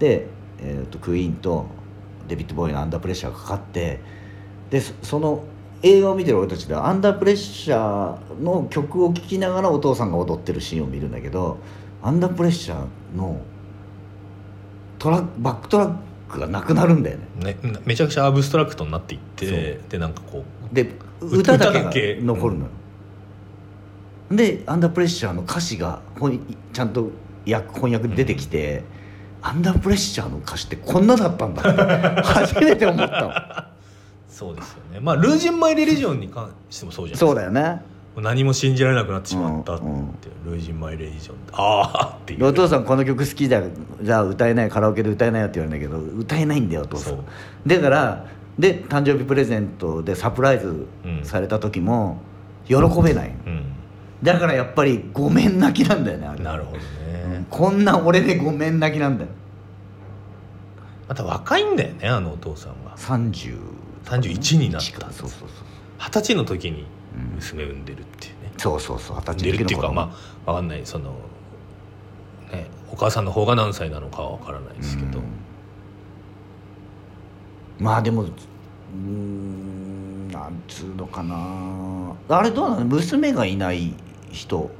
A: で、えー、とクイーンとデビッド・ボーイのアンダープレッシャーがかかってでそその映画を見てる俺たちではアンダープレッシャーの曲を聴きながらお父さんが踊ってるシーンを見るんだけどアンダープレッシャーのトラックバックトラックがなくなるんだよね。
B: ね、なめちゃくちゃアブストラクトになっていっ
A: そ
B: てでなんかこう
A: で
B: う
A: 歌だけ
B: 歌だけ
A: が残るのよ、で「アンダープレッシャー」の歌詞がほんちゃんと訳翻訳で出てきて「アンダープレッシャー」の歌詞ってこんなだったんだって
B: (laughs)
A: 初めて思った
B: そうですよねまあルージン・マイ・レリジョンに関してもそうじゃ
A: の
B: ないで
A: そ
B: す
A: う
B: か
A: だよね
B: 何も信じられなくなってしまったって、
A: うんうん
B: ルージン・マイ・レリジョンってああっていう
A: お父さんこの曲好きだじゃあ歌えないカラオケで歌えないよって言われるんだけど歌えないんだよお父さ
B: そうん
A: だからで誕生日プレゼントでサプライズ
B: うん
A: された時も喜べない、
B: うん
A: だからやっぱりごめん泣きなんだよねあれ
B: なるほどね、
A: こんな俺でごめん泣きなんだよ
B: また若いんだよねあのお父さんは
A: 30
B: 31になった
A: かそうそうそう
B: 二十歳の時に
A: うん
B: 娘産んでるっていうね、
A: そうそうそう二
B: 産ん
A: 十歳の
B: でるっ
A: 時
B: てい
A: の
B: うか
A: こと
B: まあわかんないそのねお母さんの方が何歳なのかはわからないですけど、
A: うんまあでもうーんなんつうのかなあれどうなの娘がいない人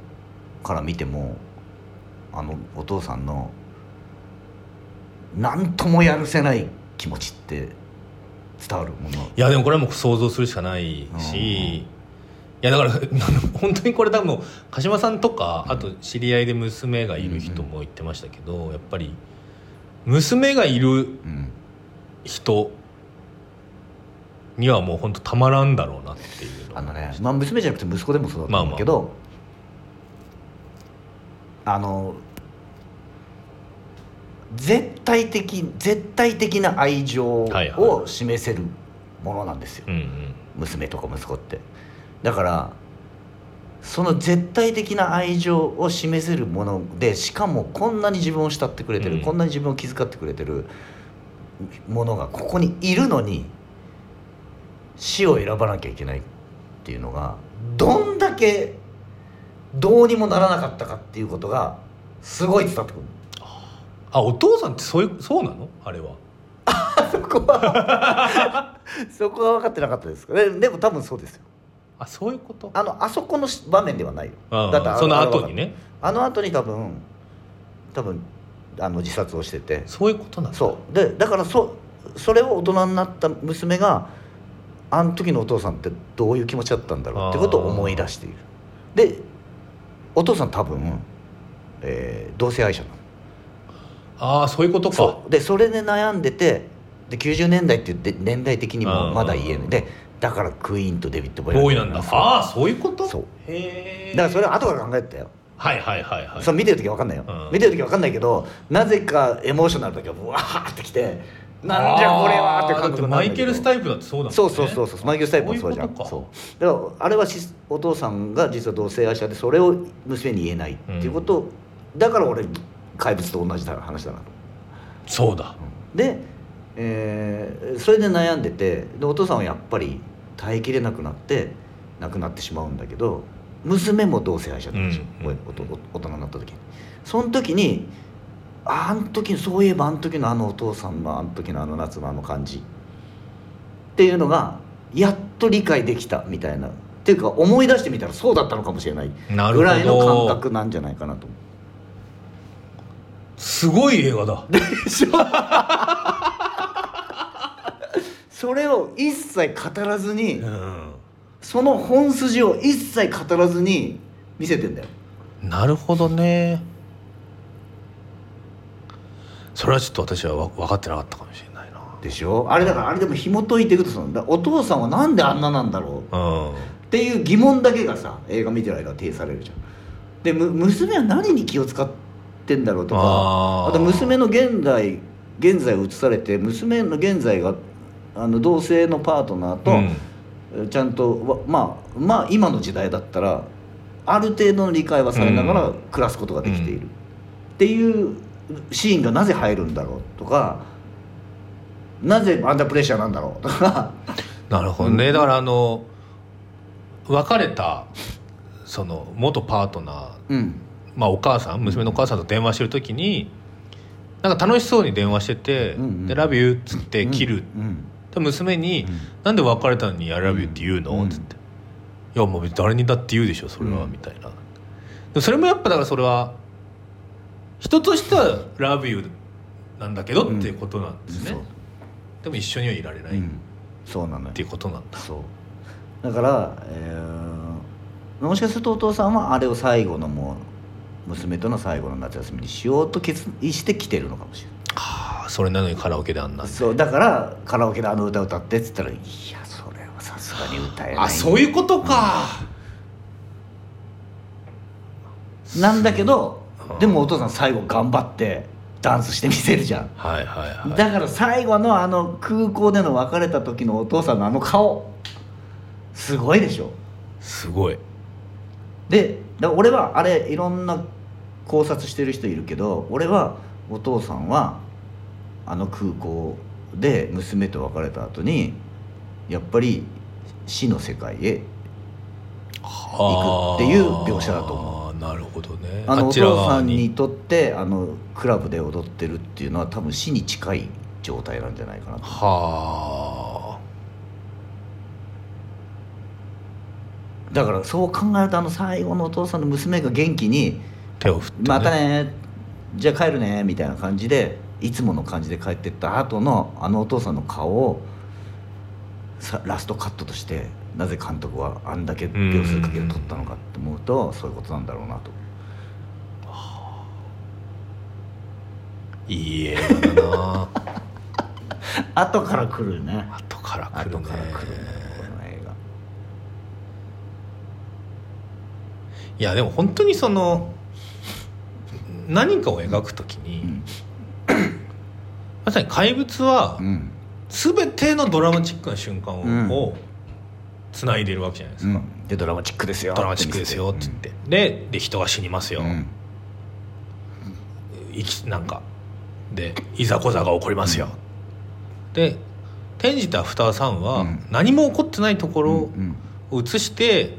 A: から見てもあのお父さんの何ともやるせない気持ちって伝わるもの
B: いやでもこれはもう想像するしかないし、
A: うん
B: いやだから (laughs) 本当にこれ多分鹿島さんとかあと知り合いで娘がいる人も言ってましたけど、やっぱり娘がいる
A: うん
B: 人にはもう本当たまらんだろうなっていう
A: あ
B: の
A: のね、まあ、娘じゃなくて息子でもそうだと思うけど、あの絶対的絶対的な愛情
B: はいは
A: を示せるものなんですよ、
B: うんうん
A: 娘とか息子ってだからその絶対的な愛情を示せるものでしかもこんなに自分を慕ってくれてる、
B: うん
A: こんなに自分を気遣ってくれてるものがここにいるのに死を選ばなきゃいけないっていうのがどんだけどうにもならなかったかっていうことがすごい伝わってくる。
B: あお父さんってそういうそうなのあれは
A: そこはそこは (laughs) 分かってなかったですででも多分そうですよ
B: あそういうこと
A: あのあそこのし場面ではないよ
B: うん
A: だってあ
B: その
A: あれは
B: 後にね
A: あの後に多分多分あの自殺をしてて
B: そういうことなんだ
A: そうでだからそそれを大人になった娘があの時のお父さんってどういう気持ちだったんだろうってことを思い出しているでお父さん多分、えー同性愛者なの
B: ああそういうことか
A: そうでそれで悩んでてで90年代って言って年代的にもまだ言え
B: う
A: なんいでだからクイーンとデビッド・ボーイ
B: ボーイなんだ
A: そう
B: ああそういうこと
A: そう
B: へえ
A: だからそれは後から考えてたよ
B: はいはいはいはい
A: それ見てる時は分かんないよ、
B: うん
A: 見てる時は分かんないけどなぜかエモーショナルだけはブワーってきてなんじゃこれはって感
B: だ
A: 覚
B: て
A: にな
B: マ
A: るん
B: イ
A: だけ
B: ケ
A: ど
B: ル・スタイプだってそうだもんね
A: そうそうそうそうマイケル・スタイプもそうじゃん
B: いことか
A: そうだからあれはしお父さんが実は同性愛者でそれを娘に言えないっていうことを、だから俺怪物と同じだ話だなと
B: そうだ
A: で、えーそれで悩んでてでお父さんはやっぱり耐えきれなくなって亡くなってしまうんだけど娘も同性愛者だったんですよ、
B: うんうん
A: おおお大人になった時にその時にああの時そういえばあの時のあのお父さんのあの時のあの夏のあの感じっていうのがやっと理解できたみたいなっていうか思い出してみたらそうだったのかもしれない
B: なる
A: ぐらいの感
B: ほど
A: 覚なんじゃないかなと思う
B: すごい映画だ
A: それを一切語らずに、
B: うん
A: その本筋を一切語らずに見せてんだよ
B: なるほどねそれはちょっと私はわ分かってなかったかもしれないな
A: でしょあれだからあれでも紐解いていくとそのだお父さんはなんであんななんだろう
B: うん
A: っていう疑問だけがさ映画見てる間は呈されるじゃんでむ娘は何に気を使ってんだろうとか
B: あ
A: あ
B: ー
A: と娘の現代現在を映されて娘の現在があの同性のパートナーと、
B: うん
A: ちゃんとわまあまあ今の時代だったらある程度の理解はされなが
B: う
A: ら
B: ん
A: 暮らすことができている、っていうシーンがなぜ入るんだろうとかなぜアンダープレッシャーなんだろうと
B: (laughs)
A: か
B: なるほどね、だからあの別れたその元パートナー
A: うん
B: まあ、お母さん娘のお母さんと電話してる時になんか楽しそうに電話してて
A: うんうん
B: でラビュー」っつって切る、
A: うん
B: で娘に
A: うん
B: 「なんで別れたのに「I love you」って言うの?」
A: うん
B: っつって「いやもう別に誰にだって言うでしょそれは」
A: うん
B: みたいなでもそれもやっぱだからそれは人としては「ラビュー」なんだけどっていうことなんですね、
A: そう
B: でも一緒にはいられな
A: う
B: いっ
A: んそうなのよ
B: ていうことなんだ、
A: そうだから、えーもしかするとお父さんはあれを最後のもう娘との最後の夏休みにしようと決意して来てるのかもしれな
B: ああそれなのにカラオケであんない
A: そうだからカラオケであの歌歌ってっつったら「いやそれはさすがに歌えない」
B: あそういうことか、
A: なんだけど
B: うん
A: でもお父さん最後頑張ってダンスしてみせるじゃん
B: はいはいはい
A: だから最後のあの空港での別れた時のお父さんのあの顔すごいでしょ
B: すごい
A: でだから俺はあれいろんな考察してる人いるけど俺はお父さんはあの空港で娘と別れた後にやっぱり死の世界へ行くっていう描写だと
B: 思うなるほどね
A: あのお
B: ちら
A: 父さ
B: 側
A: んにとってあのクラブで踊ってるっていうのは多分死に近い状態なんじゃないかなと
B: は
A: だからそう考えるとあの最後のお父さんの娘が元気に
B: あ手を振
A: 「
B: って、ね、
A: またねじゃあ帰るね」みたいな感じでいつもの感じで帰ってった後のあのお父さんの顔をさラストカットとしてなぜ監督はあんだけ秒数かけて撮ったのかって思うとそういうことなんだろうなと
B: いい映画だな
A: 後から来るね
B: 後から来る
A: 後
B: ね
A: から来るねこの映画
B: いやでも本当にその何かを描くときに、
A: うん
B: まさに怪物は
A: うん
B: 全てのドラマチックな瞬間
A: う
B: を,、
A: ん
B: つないでるわけじゃないです
A: う
B: か、
A: んでドラマチックですよ
B: ドラマチックですよって言って、でで人は死にますよ、
A: うんうん
B: いきなんかでいざこざが起こりますよ、で転じた蓋さんは
A: うん
B: 何も起こってないところ
A: うん
B: を映して、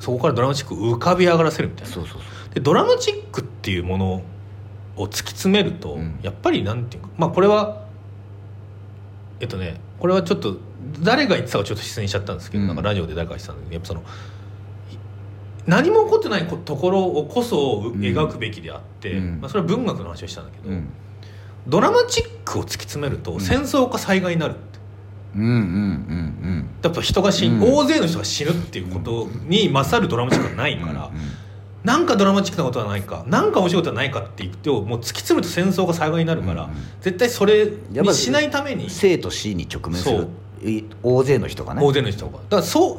B: そこからドラマチックを浮かび上がらせるみたいな
A: そうそうそう
B: でドラマチックっていうものを突き詰めると、
A: うん
B: やっぱりなんていうかまあこれはえっとねこれはちょっと誰が言ってたかちょっと出演しちゃったんですけど、
A: うん
B: なんかラジオで誰かが言ってたんだけどやっぱそのい何も起こってないこところをこそう
A: うん
B: 描くべきであって、
A: うん
B: まあ、それは文学の話をしたんだけど、
A: うん
B: ドラマチックを突き詰めると
A: ん
B: 戦争か災害になるって。
A: うんうんうん
B: やっぱ人が死、
A: うん
B: ん、大勢の人が死ぬっていうことに勝るドラマチックはな
A: う
B: い
A: ん
B: から
A: う、ん
B: なんかドラマチックなことはないかなんか面白いことはないかって言ってももう突き詰めると戦争が災害になるから、
A: うんうん
B: 絶対それ
A: やっぱ
B: にしないために
A: 生と死に直面す
B: そ
A: るい大勢の人がね
B: 大勢の人がだからそう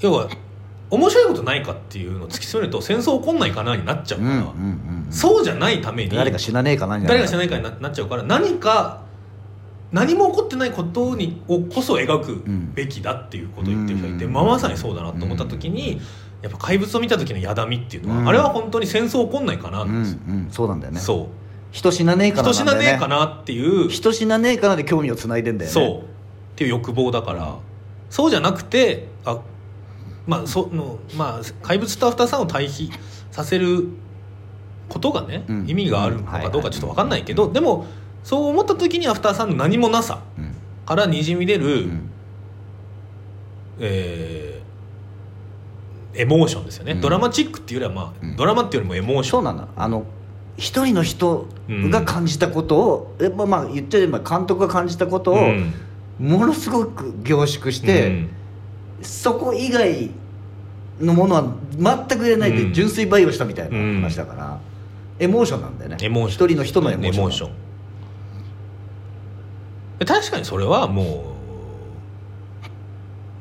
B: 要は面白いことないかっていうのを突き詰めると戦争起こんないかなになっちゃう
A: うん
B: か
A: う
B: ら、
A: んうんうん
B: そうじゃないために
A: 誰か死なねえかなんじゃ
B: 誰が知らないいかにななっちゃうから何か何も起こってないことにをこそ描くべきだっていうことを言ってる人がいて、
A: うん
B: まあ、まさにそうだなと思った時に、やっぱ怪物を見た時のやだみっていうのは、
A: うん
B: あれは本当に戦争起こんないかな
A: う
B: っ
A: ん
B: て、
A: うんそうなんだよね
B: そう
A: 人死なねえかな
B: 人死なねえか
A: な
B: なっていう、
A: 人死なねえかなで興味をつないでんだよね
B: そうっていう欲望だからそうじゃなくてあまあそのまあ怪物とアフターさんを対比させることがね、
A: うん
B: 意味があるのかどう
A: はいは
B: か
A: い
B: ちょっと分かんないけど、でもそう思った時にアフターさんの何もなさ
A: うん
B: からにじみ出る、
A: うん
B: えーエモーションですよね、
A: うん
B: ドラマチックっていうよりはまあ、
A: うん
B: ドラマっていうよりもエモーショ
A: そ
B: ン
A: うなのあの一人の人が感じたことを、やっぱまあ言ってれば監督が感じたことを
B: うん
A: ものすごく凝縮して、
B: うん
A: そこ以外のものは全く入れないで
B: うん
A: 純粋培養したみたいな話だから、エモーションなんだよね
B: エモーション
A: 一人の人のエモーション
B: ョンで確かにそれはも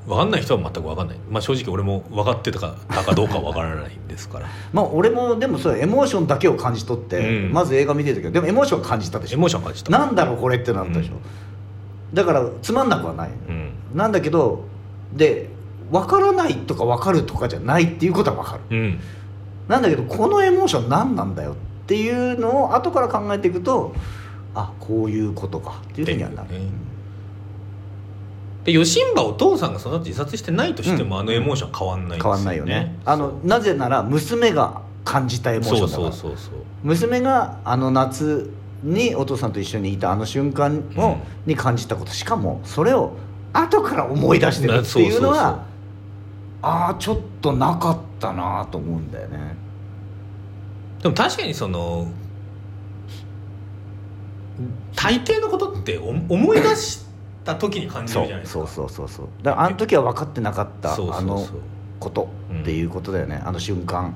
B: う分かんない人は全く分かんない、まあ、正直俺も分かってたかたかどうかは分からないんです
A: (laughs)
B: から
A: まあ俺もでもそうエモーションだけを感じ取って、
B: うん
A: まず映画見てるけどでもエモーションは感じたでし
B: エ
A: ょ
B: モーション感じた、
A: なんだろうこれってなったでしょ、
B: う
A: だからつまんなくはない、
B: うん
A: なんだけどで分からないとか分かるとかじゃないっていうことは分かる
B: うん、
A: なんだけどこのエモーション何なんだよっていうのを後から考えていくとあこういうことかっていうふうにはなる
B: っていうねでヨシンバお父さんがその後自殺してないとしても、
A: うん
B: あのエモーションは変わんないです
A: 変わんないよねあのなぜなら娘が感じたエモーショ
B: そ
A: ン
B: う
A: だか
B: そ
A: ら
B: うそうそう
A: 娘があの夏にお父さんと一緒にいたあの瞬間を、に感じたことしかもそれを後から思い出してるっていうのは
B: そうそうそう
A: ああちょっとなかったなと思うんだよね
B: でも確かにその大抵のことってお思い出した時に感じ
A: そ
B: るじゃないうですか
A: そうそうそうそうだからあの時は分かってなかった
B: そうそうそう
A: あのこと
B: うん
A: っていうことだよね、あの瞬間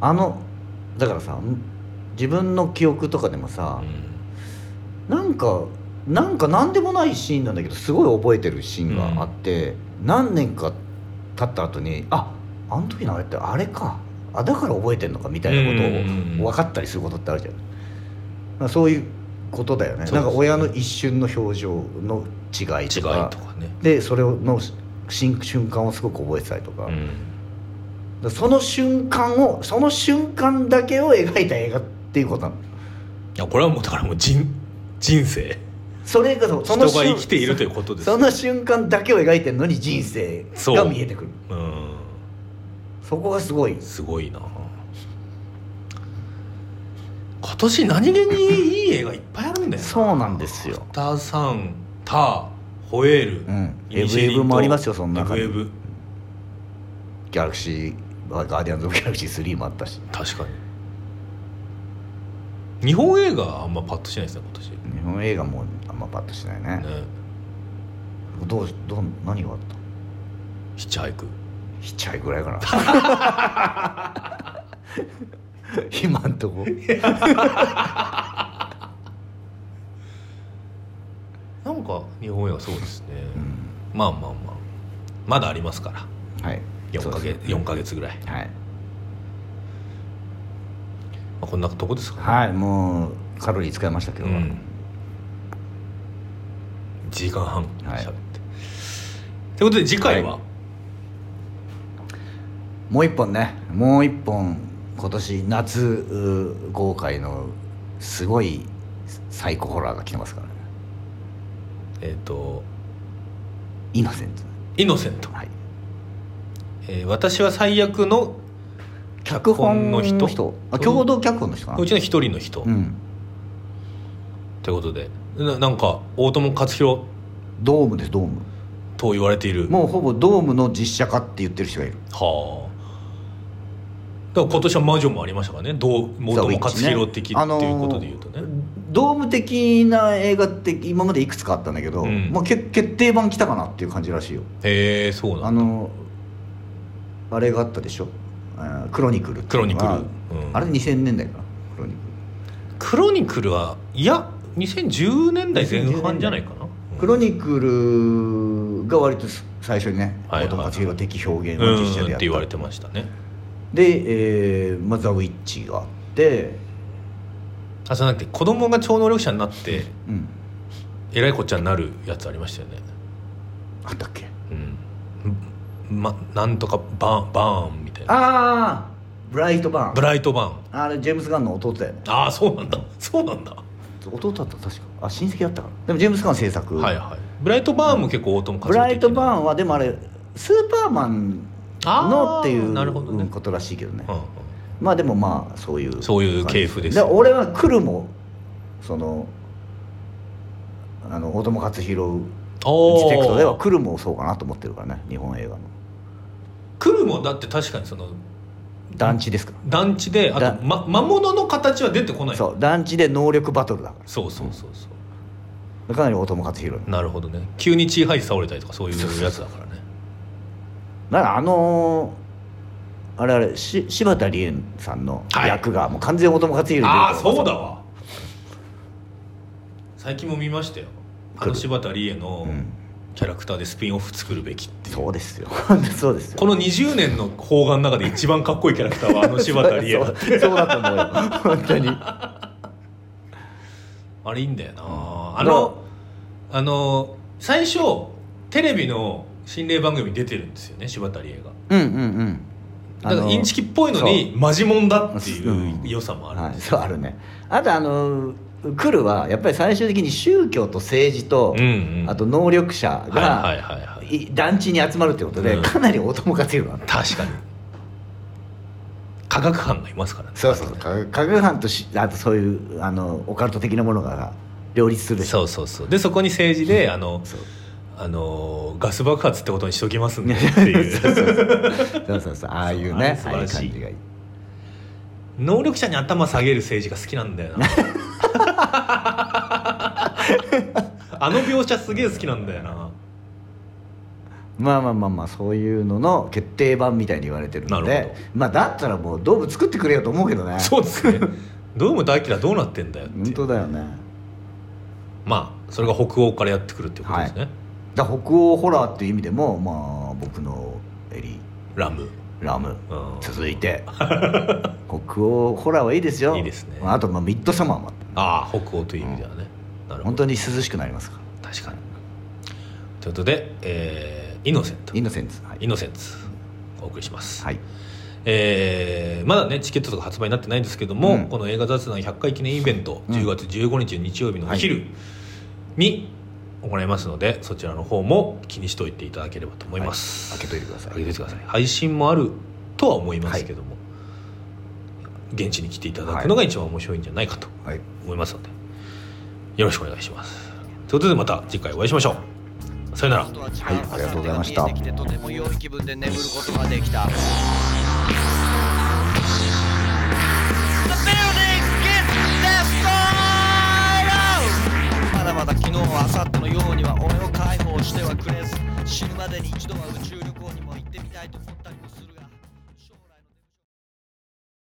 A: あのだからさ自分の記憶とかでもさ、なんかなんか何でもないシーンなんだけどすごい覚えてるシーンがあって、何年か経った後にああの時のあれってあれかあだから覚えてんのかみたいなこと
B: うんうんうんうん
A: を分かったりすることってあるじゃん、まあ、そういうことだよね
B: そうですね
A: なんか親の一瞬の表情の違い
B: 違い
A: と
B: と
A: か
B: かね、
A: でそれの瞬瞬間をすごく覚えてたりとか,、
B: うん
A: その瞬間をその瞬間だけを描いた映画っていうことなの
B: いやこれはもうだからもう人人生
A: それがそ
B: 人
A: の
B: が
A: 瞬
B: 生きているということです
A: その瞬間だけを描いてるのに人生が見えてくる
B: うん
A: そこがすごい
B: すごいな今年何気にいい映画いっぱいあるんだよな
A: そうなんですよ
B: 「ターサン」「ター」「ホエール」
A: うん
B: イニシエリン
A: エブエ
B: と
A: ブもありますよその中に
B: エブエブ
A: ギャラクシーガーディアンズ・オブ・ギャラクシー3もあったし
B: 確かに日本映画あんまパッとしないですね今年
A: 日本映画もあんまパッとしないね
B: ね
A: どうどう何があった
B: ヒッチハイク
A: ヒッチハイクぐらいかな (laughs) 今んとこ
B: なんか日本映画そうですね、
A: うん
B: まあまあまあまだありますから
A: はい
B: 4
A: そ
B: ヶ
A: うで
B: 月
A: す
B: 4ヶ月ぐらい、ま
A: はい
B: あ、こんなとこですかね
A: はいもうカロリー使いましたけど、
B: うん、1時間半しゃべ
A: はい
B: って、ということで次回は、
A: はもう一本ねもう一本今年夏う豪快のすごいサイコホラーが来てますからね
B: えっ、と
A: イノセント
B: 「イノセント
A: はい」
B: えー私は最悪の脚本の人
A: あ共同脚本の人かな
B: うちの一人の人」
A: うん
B: ということでななんか大友克洋
A: ドームですドーム
B: と言われている
A: もうほぼドームの実写化って言ってる人がいる
B: はあだから今年は魔女もありましたからねどう大友克洋的っていうことで言うとね、
A: あのードーム的な映画って今までいくつかあったんだけど、
B: うん
A: まあ、決決定版来たかなっていう感じらしいよ
B: へえそうな
A: あ
B: んだ
A: のあれがあったでしょあークロニクルって
B: ク
A: い
B: ロ
A: う
B: ニ
A: の
B: クル、
A: が
B: うん
A: あれ2000年代かなクロニク
B: クロニクルはいや2010年代前半じゃないかな
A: ルクロニクルが割と最初にね
B: はいはい
A: 大友克洋的表現を
B: うん
A: 実写
B: うん
A: で
B: っ
A: や
B: て言わ
A: っ
B: れ
A: た
B: てましたね
A: で、えーまあ、ザ・ウィッチがあって、
B: あそうなんて子供が超能力者になって
A: うん、
B: えらいこっちゃになるやつありましたよね
A: あったっけ
B: うんまなんとかバーンバーンみたいな
A: ああブライト・バ
B: ブ
A: ーン
B: ライトバーン
A: あれジェームス・ガンの弟だよね
B: ああそうなんだそうなんだ
A: 弟だった確かあ親戚だったからでもジェームス・ガン制作、
B: はいはいブライトバーンも結構大友克
A: ブ
B: 洋的な
A: ライト・バーンはでもあれスーパーマンのってい
B: あ
A: う
B: ーなるほどね
A: うんことらしいけどね
B: うんうん
A: まあでもまあそういう
B: そういう系譜です
A: で俺は来るもそのあの大友克洋
B: お
A: ディテクトでは
B: ー
A: 来るもそうかなと思ってるからね日本映画の
B: クルもだって確かにその
A: 団地ですか
B: 団地であ
A: だ
B: と、ま、魔物の形は出てこな
A: ら
B: い
A: そう団地で能力バトルだか
B: そうそうそうそう
A: らかなり大友克洋の
B: なるほどね急にチーハイ倒れたりとかそういうやつだからね
A: だからあのーあれあれし柴田理恵さんの役がもう完全に大友克洋に出てる
B: ああそうだわ最近も見ましたよあの柴田理恵の
A: うん
B: キャラクターでスピンオフ作るべきっていう
A: そうですよ (laughs) 本当にそうですよ
B: この20年の邦画の中で一番かっこいいキャラクタ
A: (laughs)
B: ーはあの柴田理恵だ
A: そうそうそうだと思うよ本当に
B: あれいいんだよなあのあの最初テレビの心霊番組に出てるんですよね柴田理恵が
A: うんうんうん
B: だからインチキっぽいのにマジモンだっていう
A: うん
B: 良さもあるん
A: は
B: で
A: い、
B: す
A: そうあるねあとあの来るはやっぱり最終的に宗教と政治と、
B: うんうん
A: あと能力者が、
B: はいはいはいはい
A: い団地に集まるってことで、
B: うん
A: かなり大友克洋なんだ
B: 確かに科学班がいますからね
A: そうそうそう科科学班としあとそういうあのオカルト的なものが両立するし
B: そうそうそうでそこに政治であの
A: そう
B: あのガス爆発ってことにしときます
A: (laughs)
B: んでっていう
A: そうそうそうああいうね
B: そう
A: あ
B: あ
A: あいう
B: れ素晴らしい
A: 感じがいい
B: 能力者に頭下げる政治が好きなんだ
A: (laughs)
B: よなあの描写すげえ好きなんだよな
A: まあまあまあまあそういうのの決定版みたいに言われてるの
B: なる
A: で
B: ほ
A: まあだったらもうドーム作ってくれよと思うけどね
B: そうですねドームとアキラどうなってんだよって
A: 本
B: いう
A: 当だよね
B: まあそれが北欧からやってくるってことですね、
A: だから北欧ホラーっていう意味でもまあ僕のエリ
B: ラム、
A: ラム
B: うん、
A: 続い
B: (laughs)
A: て北欧ホラーはいいですよ
B: いいですね
A: まあ、あとまあミッドサマーも
B: ああ北欧という意味ではね、なるほ
A: 本
B: ど
A: 当に涼しくなりますか
B: 確かにということで、えーイノセント
A: らイノセンスはい
B: イノセンツお送りします、
A: はい
B: えーまだねチケットとか発売になってないんですけども、
A: うん
B: この映画雑談100回記念イベント、
A: うん
B: 10月15日日曜日のお昼に行いますので、そちらの方も気にしておいていただければと思います、
A: 開けといてください
B: 開けといてください配信もあるとは思いますけども、現地に来ていただくのが一番面白いんじゃないかと
A: はい
B: 思いますのでよろしくお願いしますということでまた次回お会いしましょうさよなら
A: はいありがとうございました
C: 朝手が見えてきてとても良い気分で眠ることができた The building gets destroyed! まだまだ昨日は明後日のようには俺を解放してはくれず死ぬまでに一度は宇宙旅行にも行ってみたいと思ったりもする